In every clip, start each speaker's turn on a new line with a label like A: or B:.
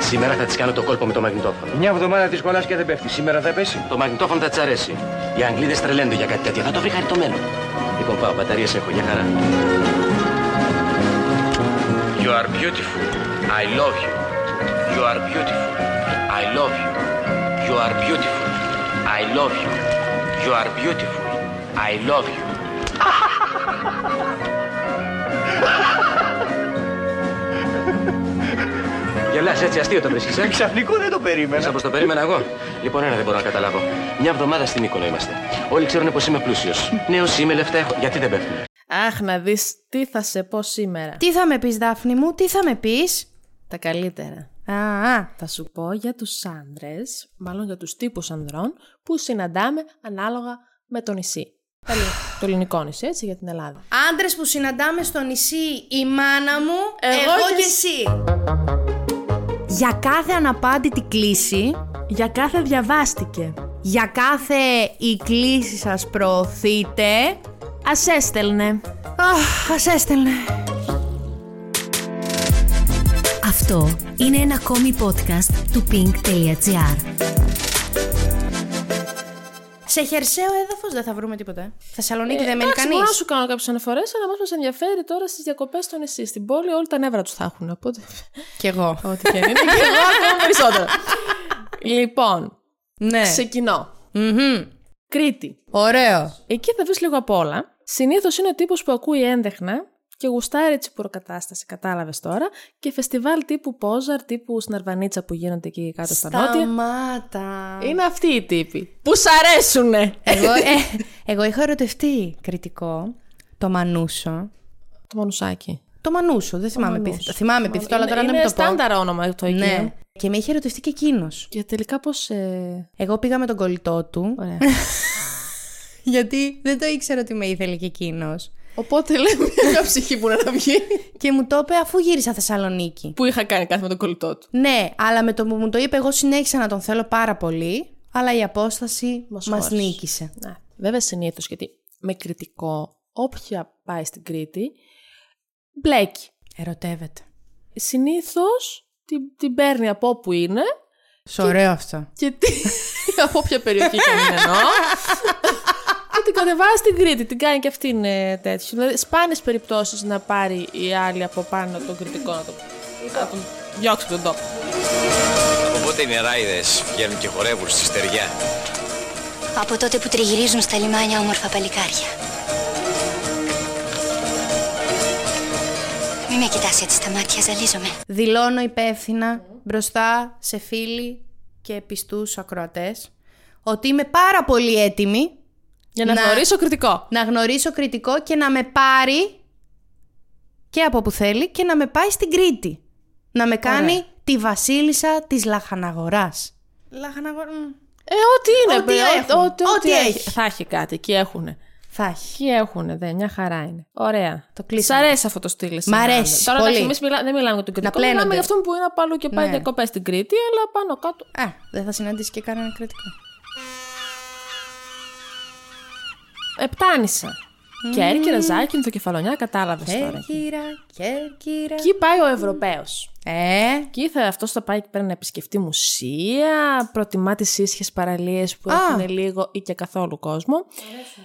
A: Σήμερα θα της κάνω το κόλπο με το μαγνητόφωνο.
B: Μια εβδομάδα της κολλάς και δεν πέφτει. Σήμερα θα πέσει.
A: Το μαγνητόφωνο θα της αρέσει. Οι Αγγλίδες τρελαίνονται για κάτι τέτοιο. Θα το βρει χαριτωμένο. Λοιπόν, πάω. Μπαταρίες έχω. Για χαρά. You are beautiful. I love you. You are beautiful. I love you. You are beautiful. I love you. You are beautiful. I love you. Γελάς έτσι αστείο το βρίσκεις, ε?
B: Ξαφνικό δεν το περίμενα.
A: Μέσα όπως το περίμενα εγώ. Λοιπόν, ένα δεν μπορώ να καταλάβω. Μια εβδομάδα στην Μύκονο είμαστε. Όλοι ξέρουν πως είμαι πλούσιος. Νέος είμαι, λεφτά έχω. Γιατί δεν πέφτουν.
C: Αχ, να δεις τι θα σε πω σήμερα.
D: Τι θα με πεις Δάφνη μου, τι θα με πεις
C: Τα καλύτερα.
D: Α, α,
C: Θα σου πω για τους άνδρες, μάλλον για τους τύπους ανδρών, που συναντάμε ανάλογα με το νησί. Τα λι- το ελληνικό νησί, έτσι, για την Ελλάδα.
D: Άντρες που συναντάμε στο νησί, η μάνα μου, εγώ,
C: Εγώ
D: και
C: και
D: εσύ. Για κάθε αναπάντητη κλίση,
C: Για κάθε διαβάστηκε.
D: για κάθε η κλίση σας προωθείτε,
C: Ας έστελνε.
D: αχ, ας έστελνε.
E: Αυτό είναι ένα ακόμη podcast του pink.gr.
D: Σε χερσαίο έδαφος δεν θα βρούμε τίποτα. ε. Θεσσαλονίκη δεν μένει
C: εντάξει,
D: κανείς.
C: μπορώ να σου κάνω κάποιες αναφορές, αλλά μα ενδιαφέρει τώρα στις διακοπές στο νησί. Στην πόλη όλοι τα νεύρα τους θα έχουν. Οπότε.
D: Κι εγώ.
C: Ό,τι και είναι. και εγώ ακόμα περισσότερο. λοιπόν,
D: Ναι.
C: ξεκινώ.
D: Μμμ.
C: Κρήτη.
D: Ωραίο.
C: Εκεί θα βρει λίγο απ' όλα. Συνήθως είναι ο τύπος που ακούει έντεχνα και γουστάρει τσιπουρο προκατάσταση, κατάλαβες τώρα. Και φεστιβάλ τύπου Πόζαρ, τύπου Σναρβανίτσα που γίνονται εκεί κάτω στα νότια.
D: Σταμάτα.
C: Είναι αυτοί οι τύποι. Που σ' αρέσουνε!
D: Εγώ, ε, εγώ είχα ερωτευτεί κριτικό το Μανούσο.
C: Το μανουσάκι.
D: Το Μανούσο, δεν θυμάμαι
C: Μανούσο.
D: επίθετο. Θυμάμαι επίθετο, αλλά τώρα
C: είναι,
D: να μην το πω.
C: στάνταρ όνομα το εκεί.
D: Ναι. Και με είχε ερωτευτεί και εκείνος.
C: Και τελικά πώς. Ε...
D: Εγώ πήγα με τον κολλητό του.
C: Ωραία.
D: Γιατί δεν το ήξερα ότι με ήθελε και εκείνος.
C: Οπότε λέμε μια ψυχή που να βγει.
D: Και μου το είπε αφού γύρισα Θεσσαλονίκη.
C: που είχα κάνει κάτι με τον κολλητό του.
D: Ναι, αλλά με το που μου το είπε, εγώ συνέχισα να τον θέλω πάρα πολύ. Αλλά η απόσταση
C: Μας
D: μας
C: χώρισε.
D: νίκησε.
C: Ναι. Βέβαια συνήθως γιατί με κριτικό, όποια πάει στην Κρήτη, μπλέκει.
D: Ερωτεύεται.
C: Συνήθως την, την παίρνει από όπου είναι
D: Σωραίο αυτό.
C: και τι, από όποια περιοχή και αν είναι εννοώ. και την κατεβάζει στην Κρήτη. Την κάνει και αυτήν ε, τέτοιο. Δηλαδή, σπάνιες περιπτώσεις να πάρει η άλλη από πάνω τον κριτικό να τον, να τον διώξει από τον τόπο.
F: Από πότε οι νεράιδες βγαίνουν και χορεύουν στη στεριά.
G: Από τότε που τριγυρίζουν στα λιμάνια όμορφα παλικάρια. Μη με κοιτάς έτσι στα μάτια, ζαλίζομαι.
D: Δηλώνω υπεύθυνα μπροστά σε φίλοι και πιστούς ακροατές ότι είμαι πάρα πολύ έτοιμη
C: Για να,
D: Να.
C: γνωρίσω κριτικό.
D: να γνωρίσω κριτικό και να με πάρει και από που θέλει και να με πάει στην Κρήτη. Να με κάνει τη βασίλισσα της Λαχαναγοράς. Λαχαναγορά...
C: Ε, ό,τι είναι.
D: Ό,τι
C: μπε, ό-
D: έχουν. Ό,τι έχει.
C: Θα έχει κάτι. Εκεί έχουνε.
D: Θα έχει.
C: Εκεί έχουνε, δε, μια χαρά είναι. Ωραία. Το
D: κλείσαμε.
C: Σ' αρέσει αυτό το στυλ. εσύ,
D: Μ'
C: Μάντα.
D: αρέσει
C: Τώρα
D: πολύ.
C: εντάξει, εμείς μιλά, δεν μιλάμε για τον κριτικό.
D: πλένονται.
C: Μιλάμε για αυτόν που είναι από αλλού και πάει
D: Ναι.
C: διακοπές στην Κρήτη, αλλά πάνω κάτω.
D: Α, δεν θα συναντήσει και κανένα κριτικό.
C: Επτάνησα. Και έρκυρα, ζάκινθο, κεφαλονιά, κατάλαβες τώρα.
D: Κέρκυρα, κέρκυρα.
C: Εκεί πάει ο Ευρωπαίος.
D: Ε,
C: Εκεί θα, αυτός θα πάει εκεί πέρα να επισκεφτεί μουσεία, προτιμά τις ίσχυες παραλίες που
D: Α.
C: έχουν λίγο ή και καθόλου κόσμο.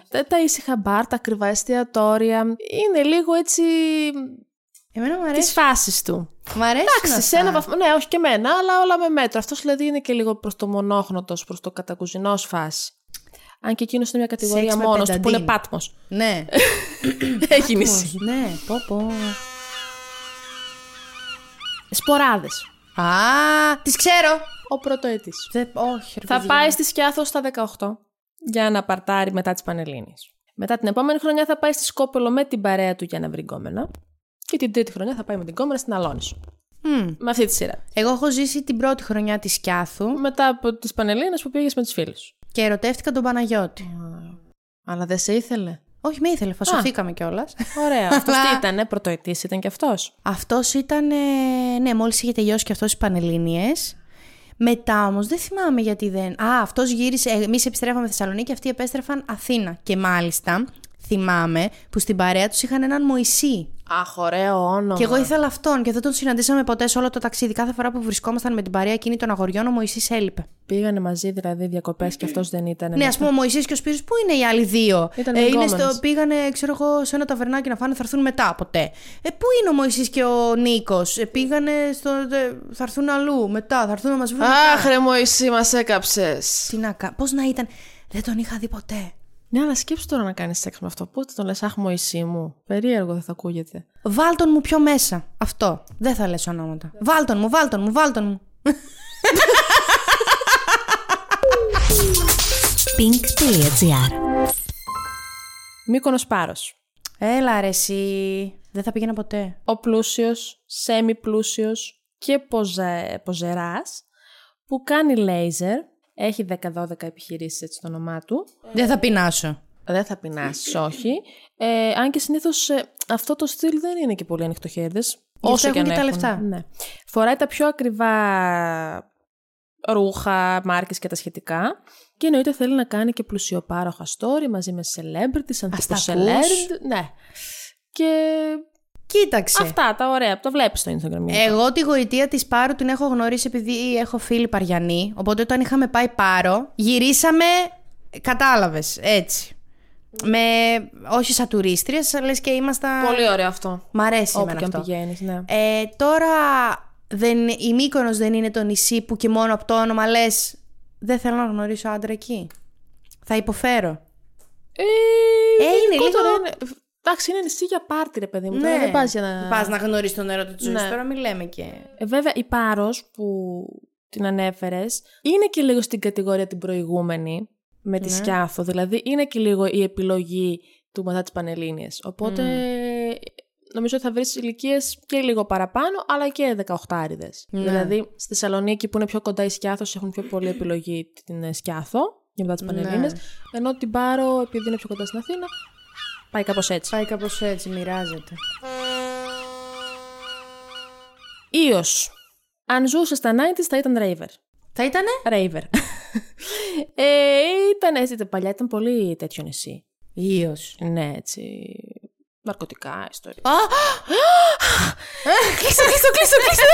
C: Τα, τα ήσυχα μπαρ, τα ακριβά εστιατόρια. Είναι λίγο έτσι
D: εμένα μου
C: τις
D: αρέσει.
C: φάσεις του.
D: Μ' αρέσει.
C: Εντάξει, σε ένα βαθμό. Ναι, όχι και εμένα, αλλά όλα με μέτρο. Αυτός δηλαδή είναι και λίγο προς το μονόχνοτο, προς το κατακουζινός φάση. Αν και εκείνος είναι μια κατηγορία
D: Σεξ με
C: μόνος του που είναι
D: πενταντίν.
C: πάτμος.
D: Ναι.
C: Έχει νησί.
D: ναι, πω πω.
C: Σποράδες.
D: Α, τις ξέρω.
C: Ο πρωτοετής.
D: Δεν, όχι, ρε
C: Θα
D: παιδιά.
C: πάει στη Σκιάθος στα 18 για να παρτάρει μετά τι Πανελλήνιε. Μετά την επόμενη χρονιά θα πάει στη Σκόπελο με την παρέα του για να βρει γκόμενα. Και την τρίτη χρονιά θα πάει με την κόμενα στην Αλόνισο.
D: Μμμ.
C: Με αυτή τη σειρά.
D: Εγώ έχω ζήσει την πρώτη χρονιά της Σκιάθου
C: Μετά από τις Πανελλήνιε που πήγες με τους φίλους.
D: και ερωτεύτηκα τον Παναγιώτη.
C: Αλλά δεν σε ήθελε.
D: Όχι, με ήθελε, φασωθήκαμε κιόλας.
C: Ωραία. Αυτός τι ήταν, πρωτοετής ήταν και αυτός.
D: Αυτός ήταν. ε, Ναι, μόλις είχε τελειώσει και αυτός τι Πανελλήνιες. Μετά όμως δεν θυμάμαι ε, γιατί δεν. Α, αυτός γύρισε. Εμείς επιστρέφαμε Θεσσαλονίκη, αυτοί επέστρεφαν Αθήνα. Και μάλιστα θυμάμαι που στην παρέα τους είχαν έναν Μωυσή.
C: Αχ, ωραίο όνομα.
D: Και εγώ ήθελα αυτόν και δεν τον συναντήσαμε ποτέ σε όλο το ταξίδι. Κάθε φορά που βρισκόμασταν με την παρέα εκείνη των αγοριών, ο Μωυσής έλειπε.
C: Πήγανε μαζί δηλαδή διακοπές και αυτός δεν ήταν.
D: Ναι, ας πούμε, ο Μωυσής και ο Σπύρος, πού είναι οι άλλοι δύο. Ε,
C: Ήταν
D: είναι
C: λεγόμενες.
D: στο, πήγανε, ξέρω εγώ, σε ένα ταβερνάκι να φάνε, θα έρθουν μετά ποτέ. Ε, πού είναι ο Μωυσής και ο Νίκος. Ε, πήγανε στο. ε, θα έρθουν αλλού μετά, θα έρθουν να μας βρουν.
C: Αχ, ρε Μωυσή, μας έκαψες.
D: Τι να κάνω, πώς να ήταν. Δεν τον είχα δει ποτέ.
C: Ναι, αλλά σκέψου τώρα να κάνεις σεξ με αυτό. Πού θα τον λες, Αχ, Μωυσή μου. Περίεργο θα θα ακούγεται.
D: Βάλ τον μου πιο μέσα. Αυτό. Δεν θα λες ονόματα. Βάλ τον μου, βάλ τον μου, βάλ τον μου.
E: pink.gr
C: Μήκονο πάρος.
D: Έλα ρε εσύ. Ε, Δεν θα πήγαινα ποτέ.
C: Ο πλούσιος, σέμι πλούσιος και ποζε, ποζεράς που κάνει λέιζερ. Έχει 10-12 επιχειρήσεις έτσι το όνομά του.
D: Δεν θα πεινάσω.
C: Δεν θα πεινάσεις, όχι. Ε, αν και συνήθως αυτό το στυλ δεν είναι και πολύ ανοιχτοχέρδες.
D: αυτό
C: Όσο και αν
D: έχουν και τα
C: έχουν.
D: λεφτά.
C: Ναι. Φοράει τα πιο ακριβά ρούχα, μάρκες και τα σχετικά. Και εννοείται θέλει να κάνει και πλουσιοπάροχα story μαζί με celebrities,
D: τα
C: αντιποσελέμπριτ. Ναι. Και
D: Κοίταξε.
C: αυτά τα ωραία που τα βλέπεις στο Instagram.
D: Εγώ τη γοητεία της Πάρου την έχω γνωρίσει επειδή έχω φίλη Παριανή. Οπότε όταν είχαμε πάει Πάρο, γυρίσαμε. Κατάλαβες έτσι. Με. Όχι σαν τουρίστριες, λες και ήμασταν.
C: Πολύ ωραίο αυτό.
D: Μ' αρέσει
C: Όπου
D: εμένα
C: και αν
D: αυτό.
C: πηγαίνεις, ναι.
D: Ε, τώρα, δεν, η Μύκονος δεν είναι το νησί που και μόνο από το όνομα λες «Δεν θέλω να γνωρίσω άντρα εκεί». Θα υποφέρω.
C: Ε,
D: είναι
C: γενικότερα
D: λίγο-
C: είναι- Εντάξει, είναι νησί για πάρτι, ρε παιδί μου.
D: Ναι.
C: Τώρα δεν πας για να.
D: Πας να γνωρίσεις τον έρωτα της ζωής.
C: Ναι.
D: Τώρα μη λέμε και...
C: Ε, βέβαια, η Πάρος που την ανέφερες είναι και λίγο στην κατηγορία την προηγούμενη με τη Σκιάθο. Δηλαδή, είναι και λίγο η επιλογή του μετά τις Πανελλήνιες. Οπότε, νομίζω ότι θα βρεις ηλικίες και λίγο παραπάνω, αλλά και 18άριδες. Δηλαδή, στη Θεσσαλονίκη που είναι πιο κοντά η Σκιάθος έχουν πιο πολλή επιλογή την ε, Σκιάθο για μετά τις Πανελλήνιες. Ενώ την Πάρο, επειδή είναι πιο κοντά στην Αθήνα, πάει κάπως έτσι.
D: Πάει κάπως έτσι, μοιράζεται.
C: Ίος. Αν ζούσε στα 90s θα ήταν raver.
D: Θα ήτανε?
C: Ρέιβερ. ε, ήταν έτσι τα παλιά, ήταν πολύ τέτοιο νησί.
D: Ίος.
C: Ναι, έτσι. Ναρκωτικά, ιστορία.
D: Κλείσε, κλείσε, κλείσε, κλείσε.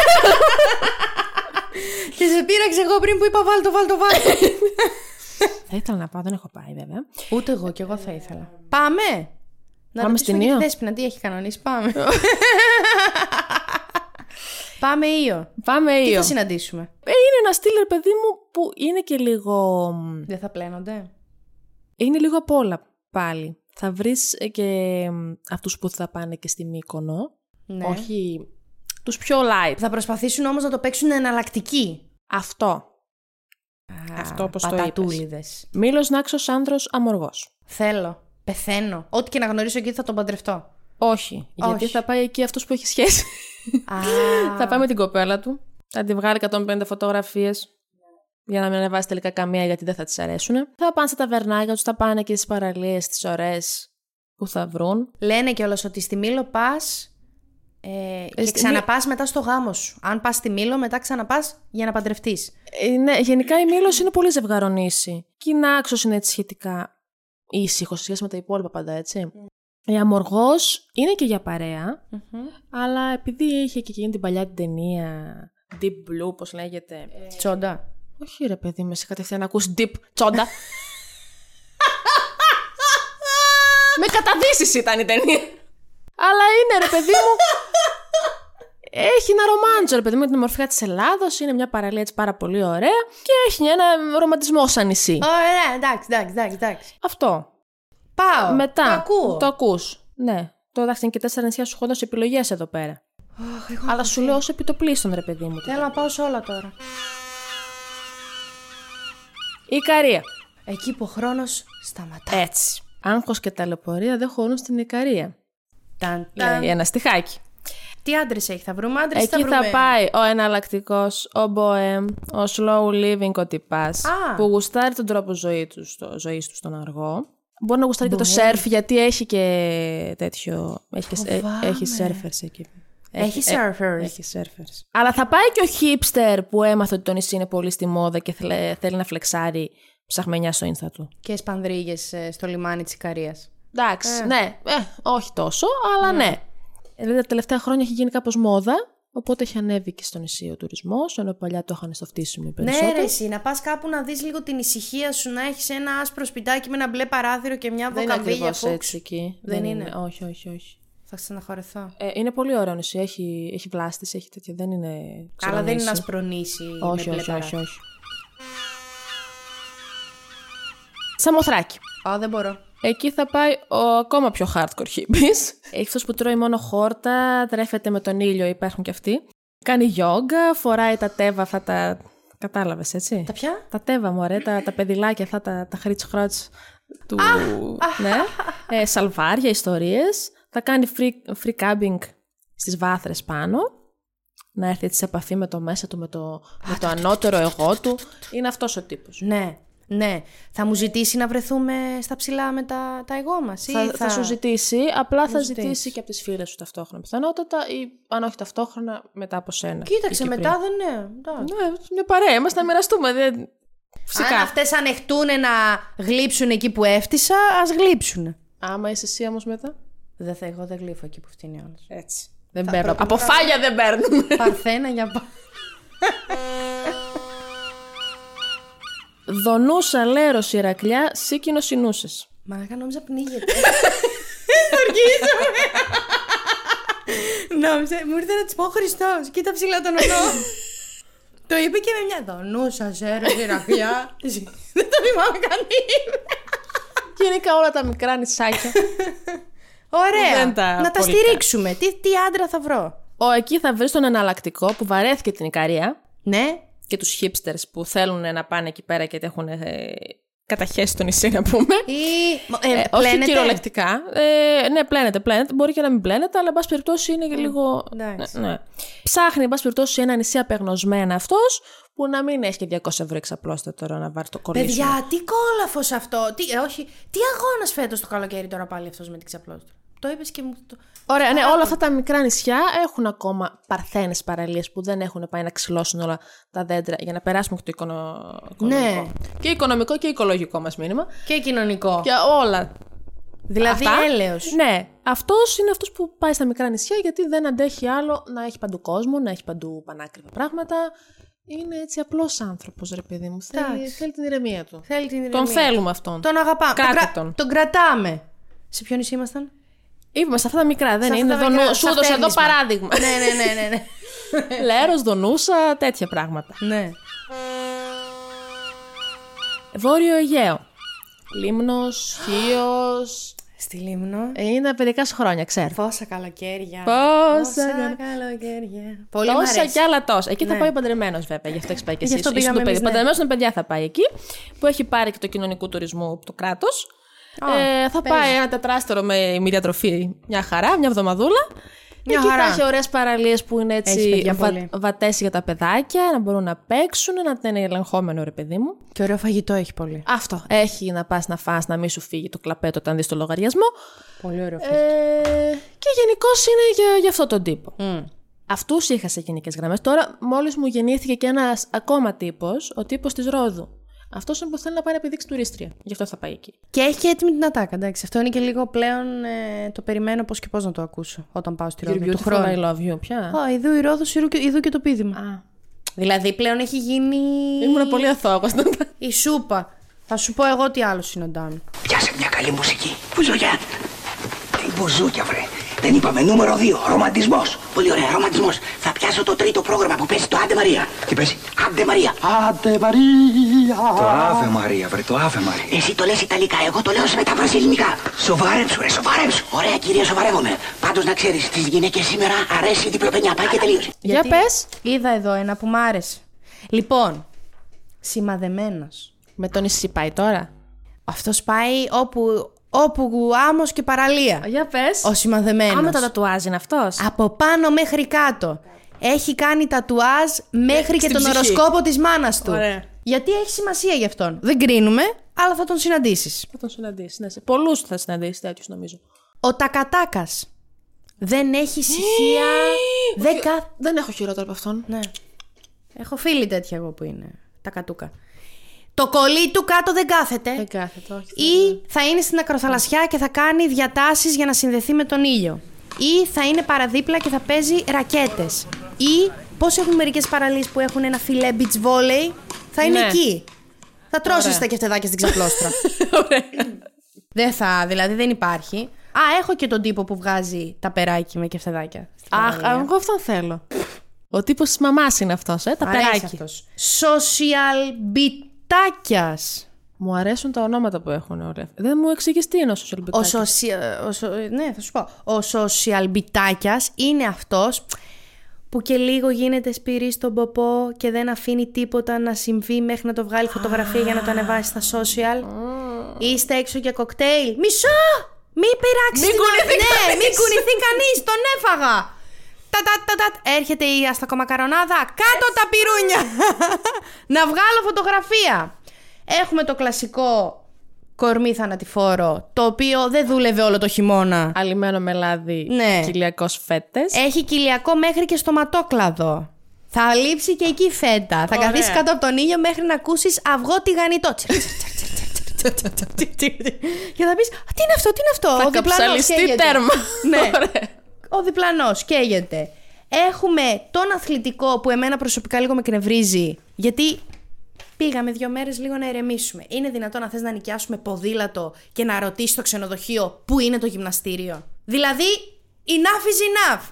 D: και σε πείραξε εγώ πριν που είπα βάλτο, βάλτο, βάλτο.
C: Θα ήθελα να πάω, δεν έχω πάει βέβαια.
D: Ούτε εγώ κι εγώ θα ήθελα. Πάμε! Να
C: Πάμε
D: ρωτήσουμε
C: στην
D: και τη
C: Ήο.
D: Δέσποινα, τι έχει κανονίσει, πάμε. πάμε Ήο.
C: Πάμε
D: Τι
C: ήλιο.
D: θα συναντήσουμε.
C: Ε, είναι ένα στήλερ, παιδί μου, που είναι και λίγο. μ,
D: Δεν θα πλένονται.
C: Είναι λίγο απ' όλα πάλι. Θα βρεις ε, και μ, αυτούς που θα πάνε και στη Μύκονο.
D: Ναι.
C: Όχι. Τους πιο light.
D: Θα προσπαθήσουν όμως να το παίξουν εναλλακτική.
C: Αυτό. Αυτό όπως το είπες.
D: Πατατούλιδες.
C: Μήλος Νάξος Άνδρος Αμοργός.
D: Θέλω. Πεθαίνω. Ό,τι και να γνωρίσω εκεί θα τον παντρευτώ.
C: Όχι, γιατί
D: Όχι.
C: θα πάει εκεί αυτός που έχει σχέση.
D: Α,
C: Θα πάει με την κοπέλα του. Θα τη βγάλει 150 φωτογραφίες. Για να μην ανεβάσει τελικά καμία γιατί δεν θα της αρέσουν. Θα πάνε στα ταβερνάκια τους, θα πάνε και στις παραλίες, τι ωραίες που θα βρουν.
D: Λένε κιόλας ότι στη Μήλο πας ε, και
C: στη
D: ξαναπάς μετά στο γάμο σου. Αν πας στη Μήλο, μετά ξαναπάς για να παντρευτείς.
C: Ε, ναι, γενικά η Μήλος είναι πολύ ζευγαρονήσι. Και η Νάξο είναι έτσι σχετικά ήσυχος σε σχέση με τα υπόλοιπα πάντα, έτσι. Η Αμοργός είναι και για παρέα, αλλά επειδή είχε και εκείνη την παλιά την ταινία Deep Blue, πώς λέγεται.
D: Τσόντα.
C: Όχι ρε παιδί, με σε κατευθείαν να ακούς deep τσόντα. με καταδύσεις ήταν η ταινία. Αλλά είναι ρε παιδί μου. Έχει ένα ρομάντζο, ρε παιδί μου, με την ομορφιά της Ελλάδος, είναι μια παραλία έτσι πάρα πολύ ωραία και έχει ένα ρομαντισμό σαν νησί.
D: Ωραία, εντάξει, εντάξει, εντάξει, εντάξει.
C: Αυτό.
D: Πάω.
C: Μετά.
D: Το ακούω.
C: Το ακούς. Ναι. Το εντάξει, είναι και τέσσερα νησιά σου χώντας επιλογές εδώ πέρα. Αλλά σου λέω ως επιτοπλίστων, ρε παιδί μου.
D: Θέλω να πάω σε όλα τώρα.
C: Η Καρία.
D: Εκεί που ο χρόνος σταματά.
C: Έτσι. Άγχος και ταλαιπωρία δεν χωρούν στην Ικαρία. Ε,
D: Ταν, ταν.
C: Λέει Ναι, ένα στιχάκι.
D: Ε, Τι άντρες έχει, θα βρούμε άντρες ή θα
C: Εκεί
D: βρούμε.
C: θα πάει ο εναλλακτικός, ο μποέμ, ο slow living ο τυπάς,
D: Α.
C: που γουστάρει τον τρόπο ζωή τους, το, ζωής τους στον αργό. Μπορεί να γουστάρει και το σερφ, γιατί έχει και τέτοιο. Έχει, και- ε,
D: Φοβάμαι.
C: έχει surfers εκεί.
D: Έχει surfers.
C: ε, έχει surfers. Αλλά θα πάει και ο hipster που έμαθε ότι το νησί είναι πολύ στη μόδα και θέλε- θέλει να φλεξάρει ψαχμενιά στο insta του.
D: Και σπανδρίγες στο ε, λιμάνι της Ικαρίας.
C: Εντάξει, ναι. Ε, όχι τόσο, αλλά ναι. Ε, Δηλαδή τα τελευταία χρόνια έχει γίνει κάπως μόδα. Οπότε έχει ανέβει και στο νησί ο τουρισμός, ενώ παλιά το είχαν στο φτύσιμο οι
D: Ναι,
C: περισσότεροι.
D: ρε, εσύ, να πας κάπου να δεις λίγο την ησυχία σου, να έχεις ένα άσπρο σπιτάκι με ένα μπλε παράθυρο και μια
C: δεν είναι ακριβώ
D: βοκαμπίλια
C: έτσι
D: φούξ.
C: εκεί.
D: Δεν είναι.
C: Όχι, όχι, όχι.
D: Θα ξαναχωρεθώ.
C: Ε, είναι πολύ ωραίο νησί. Έχει, έχει βλάστηση, έχει τέτοια. Δεν είναι. ξερό
D: Αλλά δεν
C: νησί.
D: είναι ασπρονήσι με
C: Όχι,
D: μπλε
C: όχι, όχι,
D: παράθυρο.
C: όχι. Σαμοθράκι.
D: Α, δεν μπορώ.
C: Εκεί θα πάει ο ακόμα πιο hardcore hippies. Έχει αυτός που τρώει μόνο χόρτα, τρέφεται με τον ήλιο, υπάρχουν και αυτοί. Κάνει γιόγκα, φοράει τα τέβα αυτά τα... Κατάλαβες, έτσι.
D: Τα ποια?
C: Τα τέβα μου, ωραία, τα, τα παιδιλάκια αυτά, τα, τα χρίτς χρότς του... ναι. Ε, σαλβάρια, ιστορίες. Θα κάνει free, free camping στις βάθρες πάνω. Να έρθει έτσι σε επαφή με το μέσα του, με το, με το ανώτερο εγώ του. Είναι αυτός ο τύπος.
D: Ναι, ναι. Θα μου ζητήσει να βρεθούμε στα ψηλά με τα, τα εγώ μας.
C: θα, θα... σου ζητήσει, απλά θα
D: ζητήσει.
C: ζητήσει, και από τις φίλες σου ταυτόχρονα πιθανότατα ή αν όχι ταυτόχρονα μετά από σένα.
D: Κοίταξε
C: Εκεί
D: μετά, δεν είναι.
C: πριν. Ναι, μια παρέα είμαστε να μοιραστούμε. Δεν... Φυσικά.
D: Αν αυτές ανεχτούν να γλύψουν εκεί που έφτιασα, ας γλύψουν.
C: Άμα είσαι εσύ όμως μετά.
D: Δεν θα, εγώ δεν γλύφω εκεί που φτύνει όλο.
C: Έτσι. Δεν παίρνω. Από φάλια δεν παίρνουμε.
D: Παρθένα για πάνω.
C: Δονούσα λέρο Ηρακλιά, σίκινο συνούσες.
D: Μαλάκα νόμιζα πνίγεται. Αργήσαμε. νόμιζα, μου ήρθε να της πω Χριστός. Κοίτα ψηλά τον ονό. το είπε και με μια δονούσα, ζέρο, γυραφιά. Δεν το θυμάμαι κανείς.
C: Γενικά όλα τα μικρά νησάκια.
D: Ωραία.
C: Δεν τα
D: να τα
C: πολύ
D: στηρίξουμε. Τι, τι άντρα θα βρω.
C: Ο εκεί θα βρεις τον εναλλακτικό που βαρέθηκε την Ικαρία
D: Ναι.
C: και τους hipsters που θέλουν να πάνε εκεί πέρα και έχουν ε, καταχέσει το νησί, να πούμε.
D: Ή.
C: Ε, όχι κυριολεκτικά. Ε, ναι, πλένεται, πλένεται. Μπορεί και να μην πλένεται, αλλά εν πάση περιπτώσει είναι και λίγο.
D: Ναι. εντάξει.
C: Ναι, ναι. Ψάχνει, εν πάση περιπτώσει, ένα νησί απεγνωσμένα αυτός που να μην έχει και 200 ευρώ εξαπλώστε τώρα να βάλει το κολλήσιο.
D: Παιδιά, τι κόλαφος αυτό. Τι, ε, όχι, τι αγώνας φέτος το καλοκαίρι τώρα πάλι αυτός με την ξαπλώστρα. Το είπες και μου. Το...
C: Ωραία, ναι, όλα αυτά τα μικρά νησιά έχουν ακόμα παρθένες παραλίες που δεν έχουν πάει να ξυλώσουν όλα τα δέντρα για να περάσουμε και το οικονο... οικονομικό.
D: Ναι.
C: Και οικονομικό και οικολογικό μας μήνυμα.
D: Και κοινωνικό.
C: Και όλα
D: Δηλαδή,
C: Αυτά.
D: έλεος.
C: Ναι. Αυτός είναι αυτός που πάει στα μικρά νησιά γιατί δεν αντέχει άλλο να έχει παντού κόσμο, να έχει παντού πανάκριβα πράγματα. Είναι έτσι απλός άνθρωπος, ρε παιδί μου. Θέλει,
D: Εντάξει.
C: θέλει την ηρεμία του.
D: Θέλει την
C: Τον
D: ηρεμία.
C: θέλουμε αυτόν.
D: Τον αγαπάμε.
C: Κάτι
D: κρα-
C: τον.
D: κρατάμε. Σε ποιον νησί ήμασταν,
C: Είπαμε σε αυτά τα μικρά, δεν
D: Σε
C: είναι.
D: αυτά τα
C: Δονού...
D: μικρά-
C: Σου
D: στα
C: έδωσα εδώ
D: φτέρνισμα.
C: παράδειγμα.
D: ναι, ναι, ναι, ναι. ναι.
C: Λέρος, δονούσα, τέτοια πράγματα.
D: ναι.
C: Βόρειο Αιγαίο. Λίμνος, χείο.
D: Στη λίμνο. Ε,
C: Είναι παιδικά σου χρόνια, ξέρω.
D: Πόσα καλοκαίρια.
C: Πόσα
D: Πόσα
C: καλο-
D: καλοκαίρια. Πολύ μ'
C: Τόσα
D: αρέσει.
C: κι άλλα τόσα. Εκεί θα
D: Ναι.
C: πάει παντρεμένος, βέβαια. Γι' αυτό έχει πάει και
D: Γι'
C: εσύ.
D: αυτό
C: Ήσουν
D: πήγαμε
C: το παιδί.
D: εμείς, ναι.
C: Παντρεμένος είναι παιδιά θα πάει εκεί, που έχει πάρει και το κοινωνικό τουρισμό το κράτος. ε, θα πάει ένα τετράστερο με μυρία τροφή μια χαρά, μια εβδομαδούλα.
D: Μια
C: εκεί
D: χαρά.
C: θα έχει ωραίες παραλίες που είναι
D: Έχει
C: έτσι
D: παιδιά
C: βα...
D: πολύ.
C: βατές για τα παιδάκια, να μπορούν να παίξουν, να είναι ελεγχόμενο ρε παιδί μου.
D: Και ωραίο φαγητό έχει πολύ.
C: Αυτό. Έχει να πας να φας, να μην σου φύγει το κλαπέτο όταν δεις το λογαριασμό.
D: Πολύ ωραίο
C: Ε, και γενικώ είναι για, για αυτόν τον τύπο. Αυτούς είχα σε γενικές γραμμές. Τώρα, μόλις μου γεννήθηκε και ένας ακόμα τύπος, ο τύπος της Ρόδου. Αυτός είναι που θέλει να πάει να επιδείξει τουρίστρια. Γι' αυτό θα πάει εκεί.
D: Και έχει και έτοιμη την ατάκα, εντάξει. Αυτό είναι και λίγο πλέον ε, το περιμένω πώς και πώς να το ακούσω όταν πάω στη Ρόδο του χρόνου.
C: I love you, πια.
D: Α, ειδού η Ρόδος, ειδού και- ειδού και το πίδημα.
C: Α.
D: Δηλαδή πλέον έχει γίνει
C: Ήμουν πολύ αθώα
D: η σούπα. Θα σου πω εγώ τι άλλο συναντάμε.
H: Πιάσε μια καλή μουσική. Μπουζούκια. Τι μπουζούκια, βρε. Δεν είπαμε νούμερο 2. Ρομαντισμός. Πολύ ωραία, ρομαντισμός. Θα πιάσω το τρίτο πρόγραμμα που παίζει το Άντε Μαρία. Τι παίζει. Άντε Μαρία.
I: Άντε Μαρία!
H: Το Αβε Μαρία, βρε, το Αβε Μαρία. Εσύ το λες Ιταλικά, εγώ το λέω σε μετάφραση ελληνικά. Σοβάρεψου, ρε, σοβάρεψου. Ωραία, κυρία, σοβαρεύομαι. Πάντως να ξέρεις, στι γυναίκες σήμερα αρέσει η διπλοπενιά. Πάει και τελείωσε.
C: Για
D: Γιατί
C: πες.
D: Είδα εδώ ένα που μ' άρεσε. Λοιπόν, σημαδεμένος.
C: Με τον Ισή πάει τώρα.
D: Αυτός πάει όπου, όπου άμμος και παραλία.
C: Για πες.
D: Ο σημαδεμένος.
C: Άμα τα τατουάζ είναι αυτός.
D: Από πάνω μέχρι κάτω. Έχει κάνει τατουάζ μέχρι και
C: Ε, στην
D: τον
C: ψυχή.
D: οροσκόπο της μάνας του.
C: Ωραία.
D: Γιατί έχει σημασία γι' αυτόν. Δεν κρίνουμε, αλλά θα τον συναντήσεις.
C: Θα τον συναντήσεις. Ναι, Πολλούς θα συναντήσεις τέτοιους νομίζω.
D: Ο Τακατάκας. Δεν
C: Ε,
D: έχει ησυχία. δεν κα... Ναι.
C: Δεν έχω χειρότερο από αυτόν.
D: Έχω φίλη τέτοια εγώ που είναι. Τα κατούκα. Το κολλή του κάτω δεν κάθεται.
C: Δεν κάθεται, όχι.
D: Ή θα είναι στην ακροθαλασσιά και θα κάνει διατάσεις για να συνδεθεί με τον ήλιο. Ή θα είναι παραδίπλα και θα παίζει ρακέτες. Ή πώς έχουν μερικές παραλίες που έχουν ένα φιλέ beach volley, θα είναι
C: Ναι.
D: εκεί. Θα τρώσεις
C: Ωραία.
D: τα κεφτεδάκια στην ξαπλώστρα.
C: Ωραία.
D: δεν θα, δηλαδή δεν υπάρχει. Α, έχω και τον τύπο που βγάζει τα περάκι με κεφτεδάκια.
C: Αχ, εγώ αυτόν θέλω. Ο τύπος της μαμάς είναι αυτός, ε, τα περάκι.
D: Social μπιτάκιας.
C: Μου αρέσουν τα ονόματα που έχουν, ωραία. Δεν μου εξηγείς τι είναι ο
D: Ο
C: σοσιαλμπιτάκι.
D: σοσια... ο σο... Ναι, θα σου πω. Ο σοσιαλμπιτάκιας είναι αυτός που και λίγο γίνεται σπυρί στον ποπό και δεν αφήνει τίποτα να συμβεί μέχρι να το βγάλει φωτογραφία για να το ανεβάσει στα social. Είστε έξω για κοκτέιλ. Μισό! Μην πειράξει.
C: Μην
D: την
C: κουνηθεί
D: ώρα- Ναι,
C: κανείς.
D: μην κουνηθεί κανείς. Τον έφαγα. Τα, τα, τα, τα. Έρχεται η αστακομακαρονάδα. Κάτω τα πυρούνια. να βγάλω φωτογραφία. Έχουμε το κλασικό κορμί θανατηφόρο, το οποίο δεν δούλευε όλο το χειμώνα.
C: Αλυμένο με λάδι,
D: Ναι. Ε,
C: κοιλιακός φέτες.
D: Έχει κοιλιακό μέχρι και στοματόκλαδο. Θα λείψει και εκεί η φέτα. Θα
C: Ωραία.
D: καθίσεις κάτω από τον ήλιο μέχρι να ακούσεις αυγό τηγανιτό. Και θα πεις: Τι είναι αυτό, τι είναι αυτό.
C: Θα
D: Ο διπλανός
C: καψαλιστεί
D: καίγεται».
C: τέρμα.
D: Ναι.
C: Ωραία.
D: Ο διπλανός καίγεται. Έχουμε τον αθλητικό που εμένα προσωπικά λίγο με κνευρίζει. Γιατί πήγαμε δύο μέρες λίγο να ερεμήσουμε. Είναι δυνατόν να θες να νοικιάσουμε ποδήλατο και να ρωτήσεις το ξενοδοχείο που είναι το γυμναστήριο. Δηλαδή, enough is enough.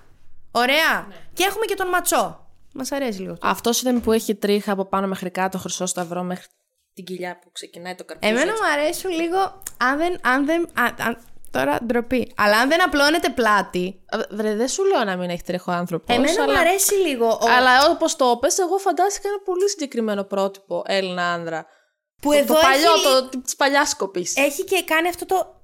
D: Ωραία.
C: Ναι.
D: Και έχουμε και τον ματσό. Μας αρέσει λίγο.
C: Αυτό ήταν που έχει τρίχα από πάνω μέχρι κάτω, χρυσό σταυρό μέχρι την κοιλιά που ξεκινάει το καρπούζι.
D: Εμένα
C: έτσι.
D: μου αρέσουν λίγο. Αν δεν. Αν δεν αν- αν- τώρα ντροπή. Αλλά αν δεν απλώνεται πλάτη.
C: Α, Βρε, δεν σου λέω να μην έχει τρέχο άνθρωπος.
D: Εμένα
C: αλλά...
D: μου αρέσει λίγο. ο-
C: Αλλά όπως το πες, εγώ φαντάστηκα ένα πολύ συγκεκριμένο πρότυπο Έλληνα άνδρα.
D: που
C: το, το παλιό,
D: έχει- Ε-
C: το, τη παλιάς κοπής.
D: Έχει και κάνει αυτό το.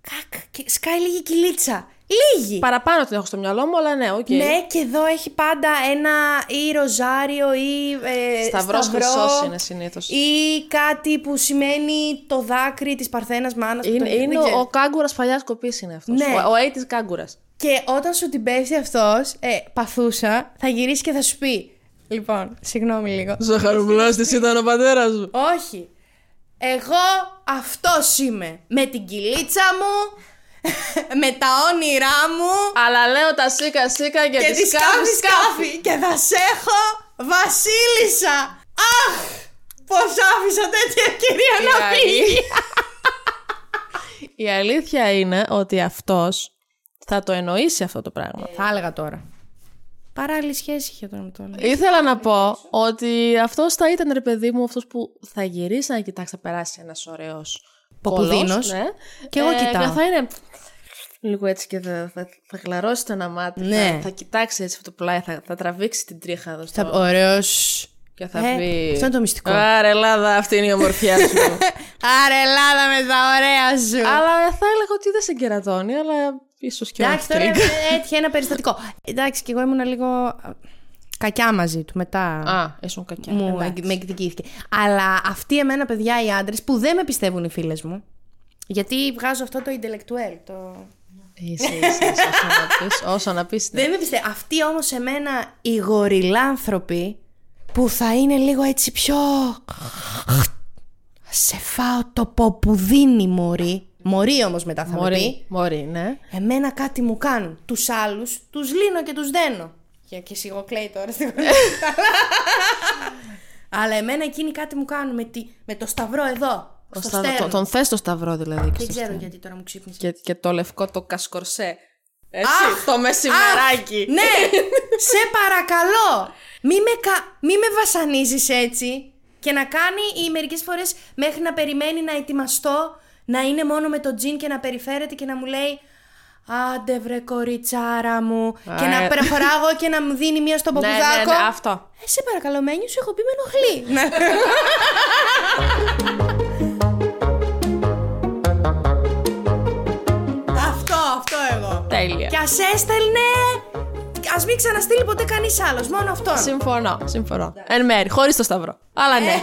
D: Κακ, και σκάει λίγη κυλίτσα. Λίγη!
C: Παραπάνω την έχω στο μυαλό μου, αλλά ναι, οκ.
D: Ναι, και εδώ έχει πάντα ένα ή ροζάριο ή. Ε,
C: Σταυρός
D: σταυρό,
C: χρυσός είναι συνήθως.
D: Ή κάτι που σημαίνει το δάκρυ της Παρθένας μάνας. που
C: Είναι,
D: το-
C: είναι
D: δεν ξέρω.
C: ο κάγκουρας παλιάς κοπής είναι αυτός.
D: Ναι.
C: Ο, ο AIDS κάγκουρας.
D: Και όταν σου την πέσει αυτός, ε, παθούσα, θα γυρίσει και θα σου πει. Λοιπόν, συγγνώμη λίγο.
C: Ζαχαροπλάστη ήταν ο πατέρας μου.
D: Όχι. Εγώ αυτός είμαι. Με την κυλίτσα μου, με τα όνειρά μου.
C: Αλλά λέω τα σίκα σίκα και,
D: και
C: τη
D: τη
C: σκάφη
D: σκάβει
C: σκάφη.
D: σκάφη και θα σε έχω βασίλισσα. Αχ, πως άφησα τέτοια κυρία να
C: Η
D: φύγει.
C: αλή- Η αλήθεια είναι ότι αυτός θα το εννοήσει αυτό το πράγμα.
D: Θα έλεγα τώρα. Παράλληλη σχέση είχε τώρα με τον.
C: Ήθελα να πω ότι αυτός θα ήταν ρε παιδί μου, αυτός που θα γυρίσει να κοιτάξει, θα περάσει ένας ωραίος
D: Ποπουδίνος.
C: Ναι.
D: Κι εγώ κοιτάω.
C: Θα είναι λίγο έτσι και θα, θα, θα χλαρώσει το ένα μάτι.
D: Ναι.
C: Θα, θα κοιτάξει έτσι αυτό το πλάι, θα, θα τραβήξει την τρίχα εδώ. Στο...
D: Ωραίος.
C: Και θα
D: Ε,
C: πει.
D: αυτό είναι το μυστικό.
C: Άρα, Ελλάδα, αυτή είναι η ομορφιά σου.
D: Άρα Ελλάδα με τα ωραία σου.
C: αλλά θα έλεγα ότι δεν σε κερατώνει, αλλά ίσως και
D: Εντάξει, τώρα
C: όχι.
D: ε, έτυχε ένα περιστατικό. Εντάξει, και εγώ ήμουνα λίγο κακιά μαζί του μετά.
C: Α, ήσουν κακιά.
D: μου
C: Εντάξει.
D: εγ- με εκδικήθηκε. Αλλά αυτοί εμένα, παιδιά, οι άντρες που δεν με πιστεύουν οι φίλες μου. Γιατί βγάζω αυτό το intellectual. Το...
C: Είσαι, είσαι, είσαι, όσο να πεις- ναι. Όσο να πεις.
D: Δεν με πιστεύουν. Αυτοί όμως εμένα οι γοριλάνθρωποι που θα είναι λίγο έτσι πιο. Σε φάω το ποπουδίνι, Μωρή. Μωρή όμως μετά θα με πει.
C: Μωρή, μωρή, ναι.
D: Εμένα κάτι μου κάνουν. Τους άλλους τους λύνω και τους δένω. Για και σιγοκλαίει τώρα στην γωνία. Αλλά εμένα εκείνοι κάτι μου κάνουν με, τη- με το σταυρό εδώ.
C: Ο
D: Στο
C: στα-
D: στέρνο.
C: τον, τον θες το σταυρό δηλαδή. και
D: Δεν
C: στο
D: ξέρω
C: στέρνο.
D: γιατί τώρα μου ξύπνησε.
C: Και, και το λευκό το κασκορσέ. Έτσι,
D: Αχ,
C: το μεσημεράκι.
D: Αχ, ναι, σε παρακαλώ. Μη με, κα... μη με βασανίζεις έτσι. Και να κάνει οι μερικές φορές μέχρι να περιμένει να ετοιμαστώ, να είναι μόνο με το τζιν και να περιφέρεται και να μου λέει Άντε βρε κοριτσάρα μου Και
C: Α,
D: να
C: ε.
D: προχωράω εγώ και να μου δίνει μία στο
C: ναι,
D: ποπουδάκο
C: ναι, ναι, αυτό.
D: ε, σε παρακαλώ, μένει, σου έχω πει με ενοχλεί. Ναι. αυτό, αυτό εγώ.
C: Τέλεια.
D: Και ας έστελνε. Ας μην ξαναστείλει ποτέ κανείς άλλος. Μόνο αυτόν.
C: Συμφωνώ, συμφωνώ. Εν μέρη, χωρίς το σταυρό. Αλλά
D: Ε.
C: ναι.